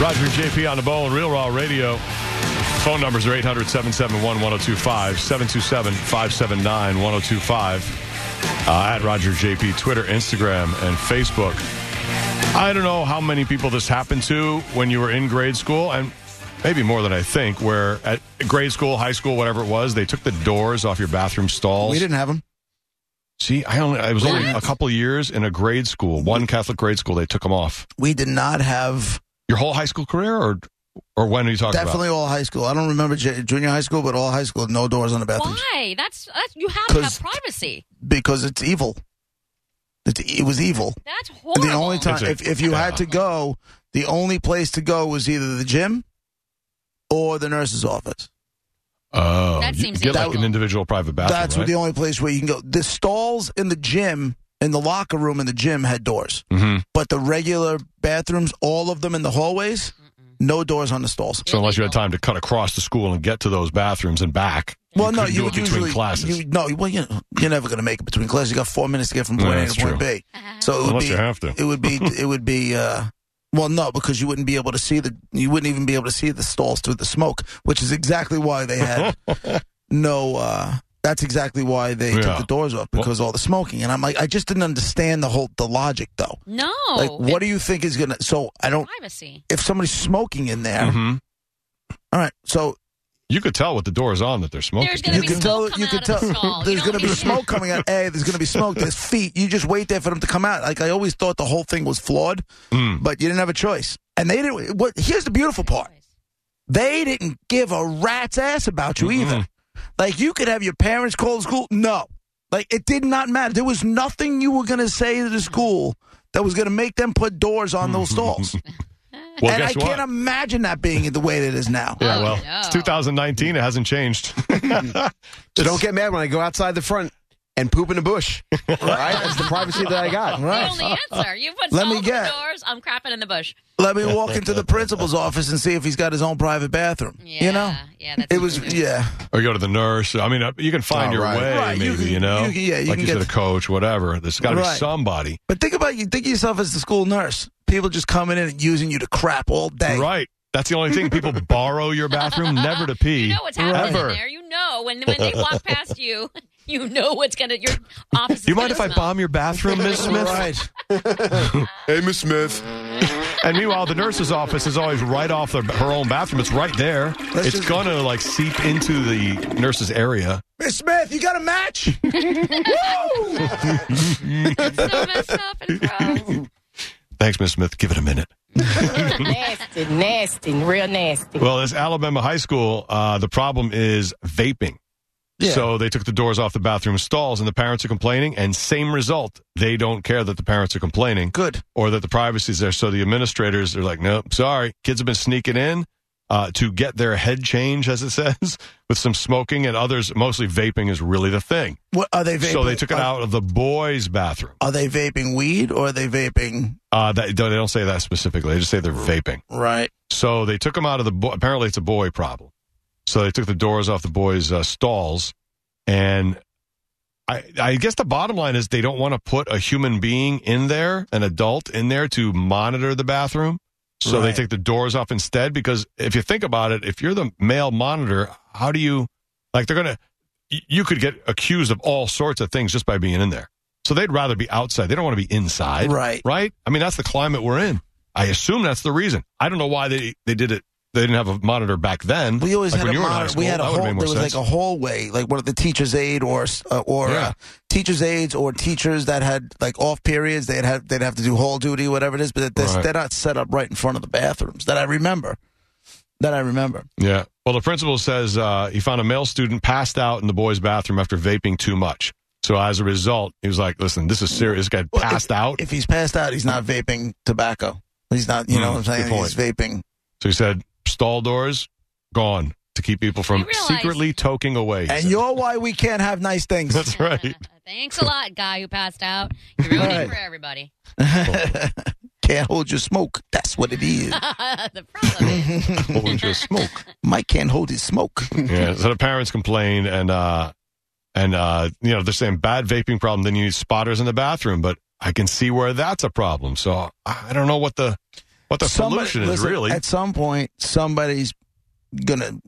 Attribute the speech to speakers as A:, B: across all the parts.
A: Roger JP on the bowl, Real Raw Radio. Phone numbers are 800 771 1025, 727 579 1025. Uh, At Roger JP, Twitter, Instagram, and Facebook. I don't know how many people this happened to when you were in grade school, and maybe more than I think, where at grade school, high school, whatever it was, they took the doors off your bathroom stalls.
B: We didn't have them.
A: See, I only I was only a couple years in a grade school, one Catholic grade school. They took them off.
B: We did not have
A: Your whole high school career, or or when are you talking
B: definitely all high school. I don't remember j- junior high school, but all high school, no doors on the bathrooms
C: Why? That's, that's you have to have
B: 'Cause-
C: privacy.
B: because it's evil. It's, it was evil.
C: That's
B: And
C: horrible.
B: the only time,
A: It's a-
B: if, if you had to go, the only place to go was either the gym or the nurse's office.
A: about? Oh,
C: That
A: you
C: seems
A: get like
C: illegal.
A: an individual private bathroom.
B: That's
A: right?
B: the only place where you can go. The stalls in the gym, in the locker room in the gym, had doors,
A: Mhm.
B: but the regular bathrooms, all of them in the hallways, no doors on the stalls.
A: So unless you had time to cut across the school and get to those bathrooms and back,
B: Well, no,
A: couldn't
B: you
A: do it
B: would
A: between
B: usually
A: classes.
B: You, no, well, you you're never going to make it between classes. You got four minutes to get from
A: Yeah,
B: point A
A: that's
B: to point
A: true.
B: B.
C: Uh-huh.
B: So it would
A: unless
B: be,
A: you have to.
B: it would be, it would be. Uh, well, no, because you wouldn't be able to see the, you wouldn't even be able to see the stalls through the smoke, which is exactly why they had no. Uh, that's exactly why they
A: Yeah.
B: took the doors off because all the smoking. And I'm like, I just didn't understand the whole the logic though.
C: No.
B: Like, what do you think is gonna? So I don't.
C: privacy?
B: If somebody's smoking in there,
A: hmm
B: all right. So
A: You could tell with the doors on that they're smoking.
C: There's gonna
B: you
C: be
B: can tell.
C: smoke coming
B: You can
C: out of
B: tell.
C: the skull. You
B: There's
C: don't
B: going to be
C: need-
B: smoke coming out. Hey, there's going to be smoke. There's feet. You just wait there for them to come out. Like I always thought, the whole thing was flawed,
A: Mm.
B: but you didn't have a choice. And they didn't. What? Here's the beautiful part. They didn't give a rat's ass about you either.
A: Mm-hmm.
B: Like you could have your parents call the school. No, like it did not matter. There was nothing you were going to say to the school that was going to make them put doors on those stalls.
A: Mm-hmm. Well,
B: and I
A: guess what?
B: can't imagine that being the way that it is now.
A: yeah,
C: Oh,
A: well,
C: no.
A: it's 2019. It hasn't changed.
D: So don't get mad when I go outside the front and poop in the bush. All right? That's the privacy that I got.
C: The only answer. You put
B: Let me
C: salt in
B: get-
C: the doors. I'm crapping in the bush.
B: Let me walk into the principal's office and see if he's got his own private bathroom.
C: Yeah.
B: You know,
C: Yeah. That's
B: it was yeah.
A: or you go to the nurse. I mean, uh, you can find
D: Oh,
A: your
D: right.
A: way,
B: Right,
A: maybe,
B: you
A: you,
B: can-
A: know?
B: you can- yeah, you
A: like
B: can
A: you
B: get-
A: said, a coach, whatever. There's got to be
B: Right.
A: somebody.
B: But think about you. Think of yourself as the school nurse. People just coming in and using you to crap all day.
A: Right. That's the only thing. People borrow your bathroom never to pee.
C: You know what's happening
A: ever.
C: in there. You know when when they walk past you, you know what's gonna your office. Is
A: Do you mind
C: gonna
A: if I
C: smell.
A: bomb your bathroom, Miss Smith?
B: Right.
D: Hey, Miss Smith.
A: And meanwhile, the nurse's office is always right off the, her own bathroom. It's right there.
B: Let's
A: it's
B: just-
A: going to like seep into the nurse's area.
B: Miss Smith, you got a match?
C: So messed up and gross.
A: Thanks, Miss Smith. Give it a minute.
E: nasty, nasty, real nasty.
A: Well, this Alabama high school, uh, the problem is vaping.
B: Yeah.
A: So they took the doors off the bathroom stalls, and the parents are complaining. And same result, they don't care that the parents are complaining
B: Good.
A: or that the privacy is there. So the administrators are like, nope, sorry, kids have been sneaking in uh, to get their head change, as it says, with some smoking and others. Mostly vaping is really the thing.
B: What are they vaping?
A: So they took it
B: are,
A: out of the boys' bathroom.
B: Are they vaping weed or are they vaping?
A: Uh, that, they don't say that specifically. They just say they're vaping.
B: Right.
A: So they took them out of the. Bo- apparently, it's a boy problem. So they took the doors off the boys' uh, stalls, and I, I guess the bottom line is they don't want to put a human being in there, an adult in there to monitor the bathroom. So
B: Right.
A: they take the doors off instead because if you think about it, if you're the male monitor, how do you like they're gonna? y- You could get accused of all sorts of things just by being in there. So they'd rather be outside. They don't want to be inside
B: Right.
A: right? I mean, that's the climate we're in. I assume that's the reason. I don't know why they, they did it. They didn't have a monitor back then.
B: We always
A: Like
B: had
A: when
B: a
A: you were in high
B: monitor. we
A: school,
B: had a
A: that
B: whole.
A: would've
B: There
A: made more
B: was
A: sense.
B: like a hallway, like one of the teachers' aid or uh, or
A: Yeah.
B: uh, teachers' aides or teachers that had like off periods. They'd have they'd have to do hall duty, whatever it is. But they're,
A: Right.
B: they're not set up right in front of the bathrooms that I remember. That I remember.
A: Yeah. Well, the principal says uh, he found a male student passed out in the boys' bathroom after vaping too much. So as a result, he was like, "Listen, this is serious. This guy
B: Well,
A: passed out."
B: If he's passed out, he's not vaping tobacco. He's not. You
A: Hmm,
B: know what I'm saying?
A: good point.
B: He's vaping.
A: so he said, "Stall doors gone to keep people from
C: You realize-
A: secretly toking away." he
B: And
A: said.
B: you're why we can't have nice things.
A: that's right.
C: Thanks a lot, guy who passed out. You ruined
B: Right.
C: it for everybody.
B: can't hold your smoke. That's what it is.
C: the problem is
A: Hold your smoke.
B: Mike can't hold his smoke.
A: yeah. So the parents complain, and uh, and uh, you know they're saying bad vaping problem. Then you need spotters in the bathroom, but I can see where that's a problem. So I I don't know what the What the
B: Somebody-
A: solution is
B: listen,
A: really.
B: at some point somebody's gonna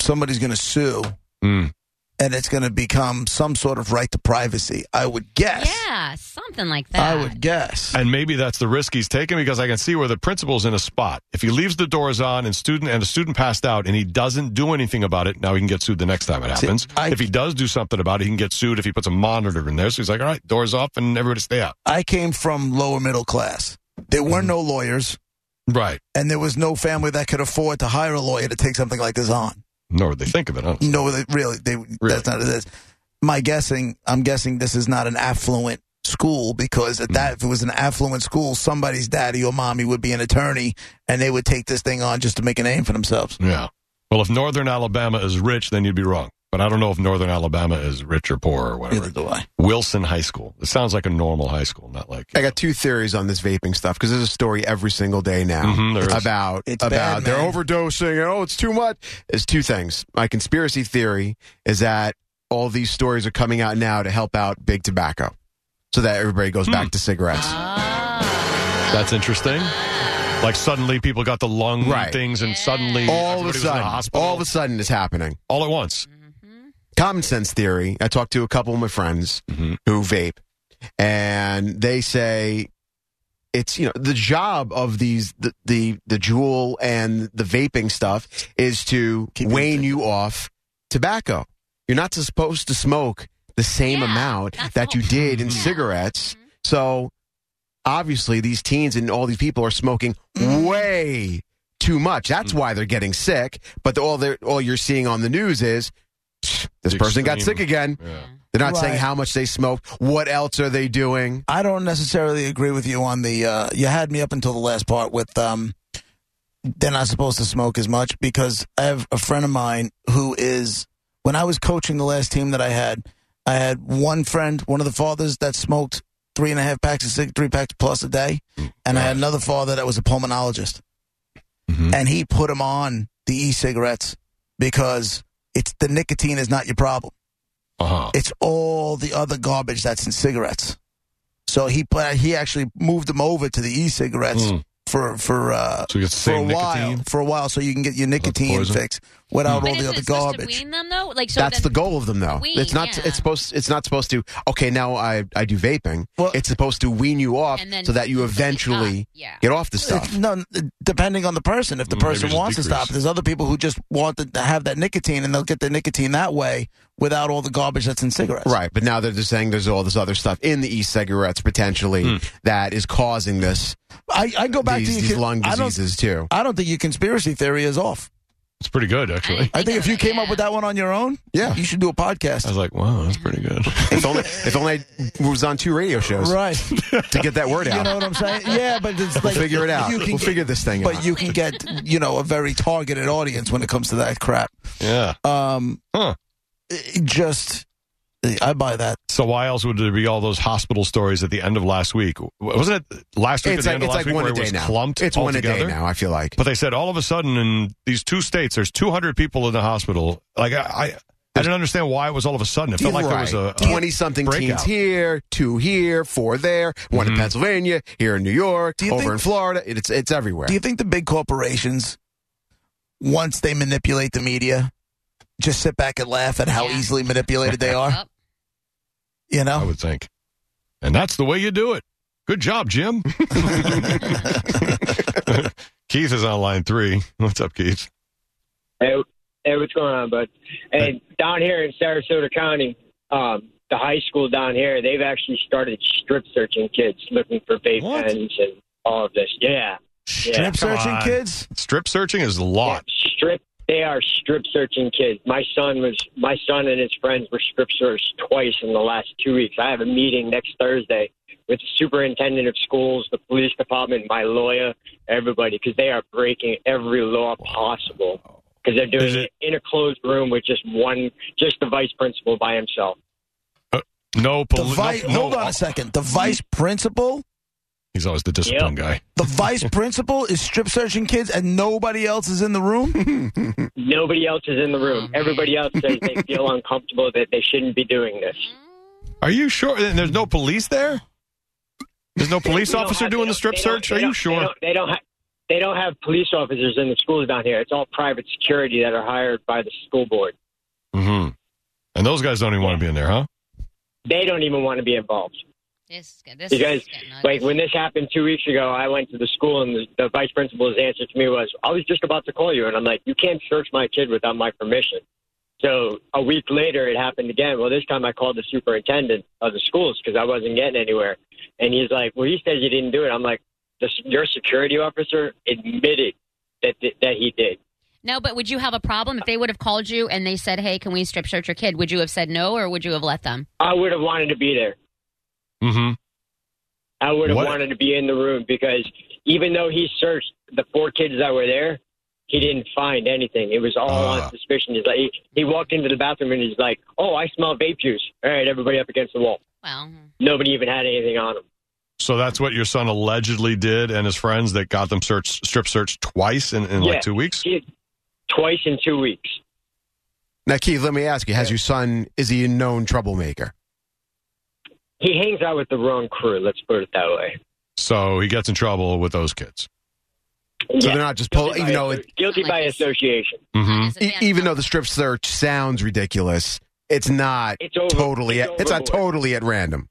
B: somebody's gonna sue
A: Mm.
B: and it's gonna become some sort of right to privacy i would guess
C: Yeah, something like
B: i
C: that.
B: would guess
A: And maybe that's the risk he's taking because I can see where the principal's in a spot. If he leaves the doors on and student and a student passed out and he doesn't do anything about it, now he can get sued the next time it
B: See,
A: happens.
B: I-
A: if he does do something about it, he can get sued if he puts a monitor in there. So he's like, all right, doors off and everybody stay out.
B: i came from lower middle class there were
A: Mm-hmm.
B: no lawyers
A: Right.
B: and there was no family that could afford to hire a lawyer to take something like this on
A: Nor would they think of it. Huh?
B: no they, really they that's not this my guessing i'm guessing this is not an affluent school because at that if it was an affluent school somebody's daddy or mommy would be an attorney and they would take this thing on just to make a name for themselves
A: Yeah. Well, if Northern Alabama is rich, then you'd be wrong. But I don't know if Northern Alabama is rich or poor or whatever.
B: Neither do I.
A: Wilson High School. It sounds like a normal high school, not like
D: I got two theories on this vaping stuff because there's a story every single day now
A: Mhm, there is.
D: about
B: It's bad,
D: about they're
B: man.
D: overdosing and oh it's too much. There's two things. My conspiracy theory is that all these stories are coming out now to help out big tobacco, so that everybody goes
A: Mm.
D: back to cigarettes.
A: Ah.
C: Uh,
A: that's interesting. Like suddenly people got the lung
D: Right.
A: things, and suddenly
D: all of
A: everybody
D: a
A: was in the
D: sudden,
A: hospital
D: all of a sudden, it's happening.
A: all at once.
C: mm-hmm.
D: common sense theory. I talked to a couple of my friends
A: Mhm.
D: who vape, and they say it's you know the job of these the the, the jewel and the vaping stuff is to
B: Keep
D: wane you off tobacco. You're not supposed to smoke the same
C: Yeah,
D: amount
C: that's
D: that
C: the
D: you
C: whole-
D: did in
C: Yeah. Mm-hmm.
D: cigarettes. So obviously, these teens and all these people are smoking
C: Mm-hmm.
D: way too much. That's why they're getting sick. But the, all they're, all you're seeing on the news is this
A: The
D: person got
A: extreme.
D: sick again.
A: Yeah.
D: They're not
B: Right.
D: saying how much they smoked. What else are they doing?
B: I don't necessarily agree with you on the. Uh, you had me up until the last part with um, they're not supposed to smoke as much because I have a friend of mine who is. When I was coaching the last team that I had, I had one friend, one of the fathers that smoked three and a half packs of cig- three packs plus a day, and I had another father that was a pulmonologist,
A: Mm-hmm.
B: and he put him on the e-cigarettes because it's the nicotine is not your problem.
A: Uh-huh.
B: It's all the other garbage that's in cigarettes. So he pla- he actually moved them over to the e-cigarettes
D: Hmm.
A: Mm.
B: for for uh,
A: So you get the
B: for a
A: same
B: while
A: nicotine?
B: for a while, so you can get your nicotine
A: poison?
B: fix without
D: Hmm.
C: But
B: all the
C: isn't
B: other
C: it supposed
B: garbage.
C: To wean them though, like so
D: That's the
C: then-
D: goal of them, though.
C: Wean,
D: it's not.
C: yeah.
D: It's supposed. It's not supposed to. Okay, now I I do vaping.
B: Well-
D: it's supposed to wean you off
C: And then
D: so that you
C: completely
D: eventually
C: up, yeah.
D: get off the
B: It's-
D: stuff.
B: no, n- depending on the person. If the
D: Hmm,
A: Mm, maybe
B: person
A: just
B: wants to
A: decrease.
B: stop, there's other people who just want to have that nicotine, and they'll get the nicotine that way without all the garbage that's in cigarettes.
D: Right, but now they're just saying there's all this other stuff in the e-cigarettes potentially
A: Hmm.
D: that is causing this
B: I, I go back
D: these,
B: to
D: these
B: your,
D: lung
B: I don't-
D: diseases too.
B: I don't think your conspiracy theory is off.
A: It's pretty good, actually.
B: I think
C: of
B: if you
C: it,
B: came
C: yeah.
B: up with that one on your own,
D: Yeah.
B: you should do a podcast.
A: I was like, wow, that's pretty good.
D: if only if only I was on two radio shows
B: Right.
D: to get that word out.
B: You know what I'm saying? Yeah, but it's
D: we'll
B: like
D: figure it out.
B: You can
D: We'll
B: get-
D: figure this thing out.
B: but you can get you know a very targeted audience when it comes to that crap.
A: Yeah.
B: Um,
A: Huh.
B: it- it just I buy that.
A: So why else would there be all those hospital stories at the end of last week? Wasn't it last week
D: it's
A: at the
D: like,
A: end of last
D: it's like
A: week
D: one
A: where
D: a
A: it
D: day
A: was
D: now.
A: clumped
D: It's
A: all
D: one a day
A: together?
D: now. I feel like
A: But they said all of a sudden in these two states, there's 200 people in the hospital. Like I, I, I didn't understand why it was all of a sudden. It felt like there was a, a
D: twenty something
A: breakout. Mm-hmm.
D: teens here, two here, four there, one in Pennsylvania, here in New York,
B: you
D: over
B: think-
D: in Florida. It's it's everywhere.
B: Do you think the big corporations, once they manipulate the media, just sit back and laugh at how
C: Yeah.
B: easily manipulated they are?
C: Yep.
B: You
A: I
D: Oh,
B: know,
A: would think, and that's the way you do it. Good job, Jim. Keith is on line three. What's up, Keith?
F: Hey, hey, what's going on, bud? Hey, down here in Sarasota County, um, the high school down here, they've actually started strip searching kids looking for vape
A: What?
F: pens and all of this. Yeah,
B: strip
A: come
B: searching
A: on.
B: kids.
A: Strip searching is a lot.
F: Yeah, strip. They are strip searching kids. My son was. My son and his friends were strip searched twice in the last two weeks. I have a meeting next Thursday with the superintendent of schools, the police department, my lawyer, everybody, because they are breaking every law possible. Because they're
A: Is
F: doing
A: it-
F: it in a closed room with just one, just the vice principal by himself.
A: No,
B: The
A: poli-
B: vice.
A: no, no-
B: hold on a second. The vice principal.
A: He's always the discipline
F: Yep.
A: guy.
B: The vice principal is strip searching kids, and nobody else is in the room.
F: Nobody else is in the
A: Oh,
F: room. Everybody else says they feel uncomfortable that they shouldn't be doing this.
A: Are you sure? And there's no police there? There's no police
F: They don't
A: officer
F: have-
A: doing
F: they
A: the
F: don't-
A: strip
F: they don't-
A: search?
F: they
A: Are you
F: don't- They
A: sure?
F: don't, they don't have. they don't have police officers in the schools down here. It's all private security that are hired by the school board.
A: Mm-hmm. And those guys don't even want to be in there, huh?
F: They don't even want to be involved.
C: This, is good. this
F: You guys,
C: is getting ugly.
F: like when this happened two weeks ago, I went to the school and the, the vice principal's answer to me was, "I was just about to call you," and I'm like, "You can't search my kid without my permission." So a week later, it happened again. Well, this time I called the superintendent of the schools because I wasn't getting anywhere, and he's like, "Well, he says you didn't do it." I'm like, the, "Your security officer admitted that that he did."
C: no, but would you have a problem if they would have called you and they said, "Hey, can we strip search your kid?" Would you have said no, or would you have let them?
F: I would have wanted to be there.
A: Mm-hmm.
F: I would have
A: What-
F: wanted to be in the room because even though he searched the four kids that were there, he didn't find anything. It was all
A: Ah.
F: on suspicion. He's like, he, he walked into the bathroom and he's like, "Oh, I smell vape juice." All right, everybody up against the wall.
C: Well,
F: Nobody even had anything on him.
A: So that's what your son allegedly did and his friends that got them search strip searched twice in, in
F: Yeah.
A: like two weeks.
F: He, twice in two weeks.
D: Now, Keith, let me ask you: Has your son is he a known troublemaker?
F: He hangs out with the wrong crew. Let's put it that way.
A: So he gets in trouble with those kids.
D: So
F: Yeah.
D: they're not just pulling,
F: by
D: even though
F: asso-
D: it,
F: guilty by association.
A: Mm-hmm.
C: As a
D: e-
C: man,
D: even
C: no.
D: though the strip search sounds ridiculous, it's not
F: It's over.
D: totally.
F: It's
D: At, it's not
F: overboard.
D: totally at random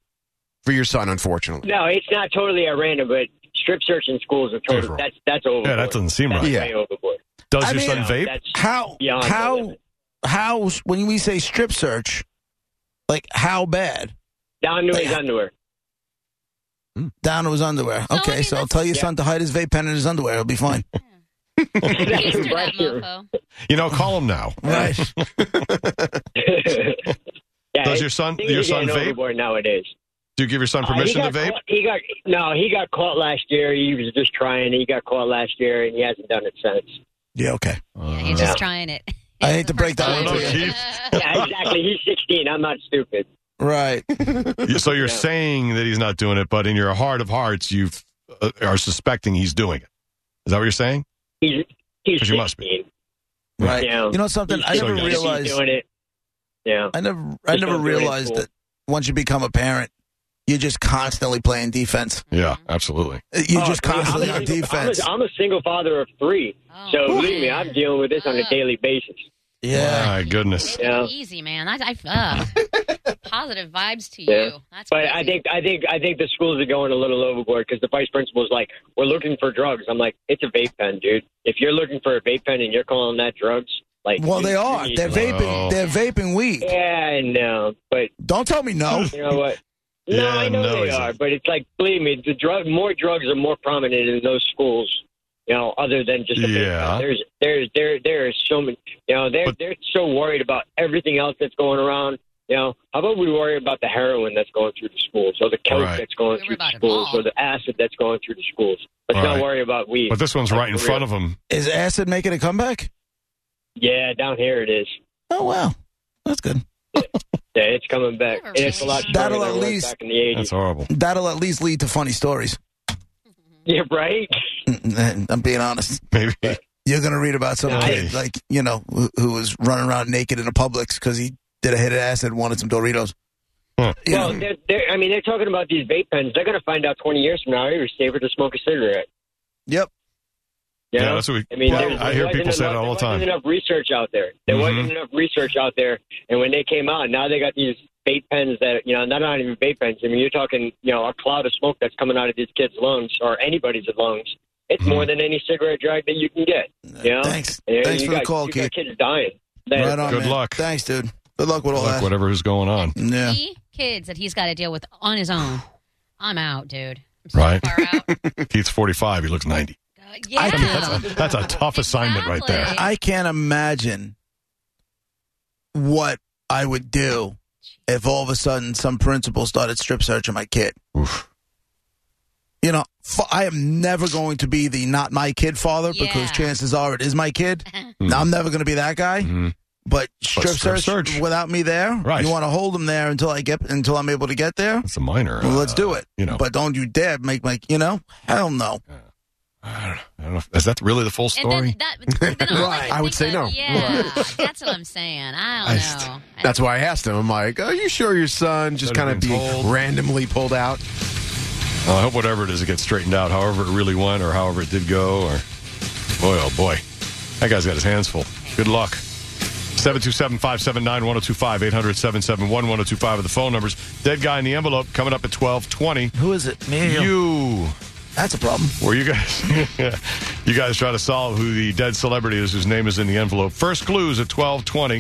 D: for your son, unfortunately.
F: No, it's not totally at random, but strip search in schools are
A: Overboard.
F: totally. That's that's overboard.
A: Yeah, that doesn't seem
F: That's
A: right.
D: Yeah.
F: way overboard.
A: Does
B: I
A: your
B: mean-
A: son vape?
F: That's
B: How
F: beyond the
B: how
F: limit.
B: how when we say strip search, like how bad
F: down to his
B: Like-
F: underwear.
B: down to his underwear.
C: So, I
B: okay,
C: mean,
B: so I'll
C: that's-
B: tell your
F: Yeah.
B: son to hide his vape pen in his underwear. It'll be fine.
C: Used to that
F: Right here.
C: mofo.
A: You know, call him now.
B: right.
F: yeah,
A: Does
F: it-
A: your son
F: things
A: your
F: are
A: son
F: getting
A: vape?
F: overboard nowadays.
A: Do you give your son
F: Uh, he
A: permission to
F: got
A: vape?
F: caught- he got no. He got caught last year. He was just trying. He got caught last year, and he hasn't done it since.
B: Yeah. Okay.
C: Yeah, he's
F: Yeah.
C: just trying it.
B: I hate to break that
A: I
B: one
A: don't
B: to
A: know,
B: you.
A: Keith.
F: Yeah, exactly. He's 16. I'm not stupid.
B: Right.
A: You- so you're
F: Yeah.
A: saying that he's not doing it, but in your heart of hearts, you uh, are suspecting he's doing it. Is that what you're saying?
F: He's he's
A: But
F: 16.
A: you must be.
B: Right.
F: Yeah.
B: You know something? I
F: He's
B: never
A: young.
F: He's
B: realized.
F: doing it. Yeah.
B: I never. I never
F: Just don't do it in
B: realized
F: school.
B: that once you become a parent, you're just constantly playing defense.
C: Mm-hmm.
A: Yeah, absolutely.
B: You're
F: Oh,
B: just
F: dude, I'm
B: constantly
F: a
B: on
F: single- I'm a-
B: defense.
F: I'm a single father of three,
C: Oh,
F: so
C: man.
F: believe me, I'm dealing with this on
A: Ah.
F: a daily basis.
B: yeah.
A: My goodness.
C: Take it
F: Yeah.
C: Easy, man. I, I uh, positive vibes to
F: Yeah.
C: you. That's
F: But
C: crazy.
F: I think I think I think the schools are going a little overboard because the vice principal's like, "We're looking for drugs." I'm like, "It's a vape pen, dude. If you're looking for a vape pen and you're calling that drugs, like,
B: Well,
F: you-
B: they
F: you
B: are.
F: need-
B: They're vaping.
A: Wow.
B: They're vaping weed.
F: yeah, I know, but
B: Don't tell me no.
F: you know what? No,
A: Yeah,
F: I know
A: no,
F: they
A: it's-
F: are, but it's like, believe me, the drug more drugs are more prominent in those schools. You know, other than just a vape
A: Yeah.
F: pen. there's there's there there is so many. You know, they're
A: But-
F: they're so worried about everything else that's going around. You know, how about we worry about the heroin that's going through the schools, or the coke
A: Right.
F: that's going
C: Worry
F: through the
C: about it
F: schools,
C: all.
F: or the acid that's going through the schools. Let's
A: Right.
F: not worry about weed.
A: But this one's
F: Like,
A: right in
F: for
A: front
F: real.
A: of him.
B: Is acid making a comeback?
F: yeah, down here it is.
B: Oh wow, that's good.
F: Yeah, it's coming back,
C: Never
F: and it's a lot
C: mind.
F: stronger
B: That'll
F: than
B: at
F: it was
B: least-
F: back in the eighties.
A: That's horrible.
B: That'll at least lead to funny stories. Mm,
F: Yeah, right.
B: I'm being honest.
A: Maybe.
B: You're gonna read about some
F: Yeah, I-
B: kid like you know who, who was running around naked in a Publix because he did a hit of acid, and wanted some Doritos.
A: Huh.
B: You
F: Well,
B: know,
F: they're, they're, I mean, they're talking about these vape pens. They're going to find out 20 years from now, it was safer to smoke a cigarette.
B: Yep.
F: You
A: Yeah,
F: know?
A: that's what we-
F: I mean,
A: Well,
F: there-
A: I
F: there
A: hear
F: wasn't
A: people say that
F: enough-
A: all the time.
F: There wasn't enough research out there. There wasn't
A: Mhm.
F: enough research out there. And when they came out, now they got these vape pens that, you know, they're not even vape pens. I mean, you're talking, you know, a cloud of smoke that's coming out of these kids' lungs or anybody's lungs. It's
A: Mhm.
F: more than any cigarette drag that you can get. You know?
B: Thanks.
F: And
B: Thanks
F: you
B: for the
F: got-
B: call,
F: you
B: Keith.
F: got kids dying. That-
B: Right on.
A: Good
B: man.
A: luck.
B: Thanks, dude. Good luck with all
A: Like
C: uh,
B: that.
A: whatever's going on.
B: Yeah.
C: Three kids that he's got to deal with on his own. I'm out, dude. I'm so
A: Right.
C: far out. Uh,
A: Keith's 45. He looks 90.
C: yeah.
B: I can't-
A: That's a, that's a tough assignment right there.
C: Exactly.
B: I can't imagine what I would do if all of a sudden some principal started strip searching my kid.
A: Oof.
B: You know, f- I am never going to be the not my kid father
C: Yeah.
B: because chances are it is my kid. Now, I'm never going to be that guy.
A: Mhm.
B: But strip,
A: Hmm. strip
B: search,
A: search.
B: without me there,
A: Right.
B: you want to hold him there until I get until I'm able to get there.
A: That's a minor.
B: Well, let's
A: uh,
B: do it.
A: You know,
B: But don't you dare make my, you know, hell no.
A: I don't know. I don't know. if- Is that really the full
C: And
A: story?
C: then that, then all
D: Right.
C: I, could
D: I would
C: think
D: say
C: of-
D: no.
C: Yeah, that's what I'm saying. I
A: I
C: don't
A: just-
C: know. I
D: That's why I asked him. I'm like, are you sure your son just
A: Should've
D: kind of
A: been
D: being
A: told.
D: randomly pulled out?
A: Well, I hope whatever it is, it gets straightened out, however it really went or however it did go. Or boy, oh boy, that guy's got his hands full. Good luck. 727 579 1025 800 771 1025 are the phone numbers. Dead guy in the envelope coming up at 1220.
B: Who is it? Me. or him?
A: You
B: That's a problem.
A: were you guys you guys try to solve who the dead celebrity is whose name is in the envelope. First clues at 1220.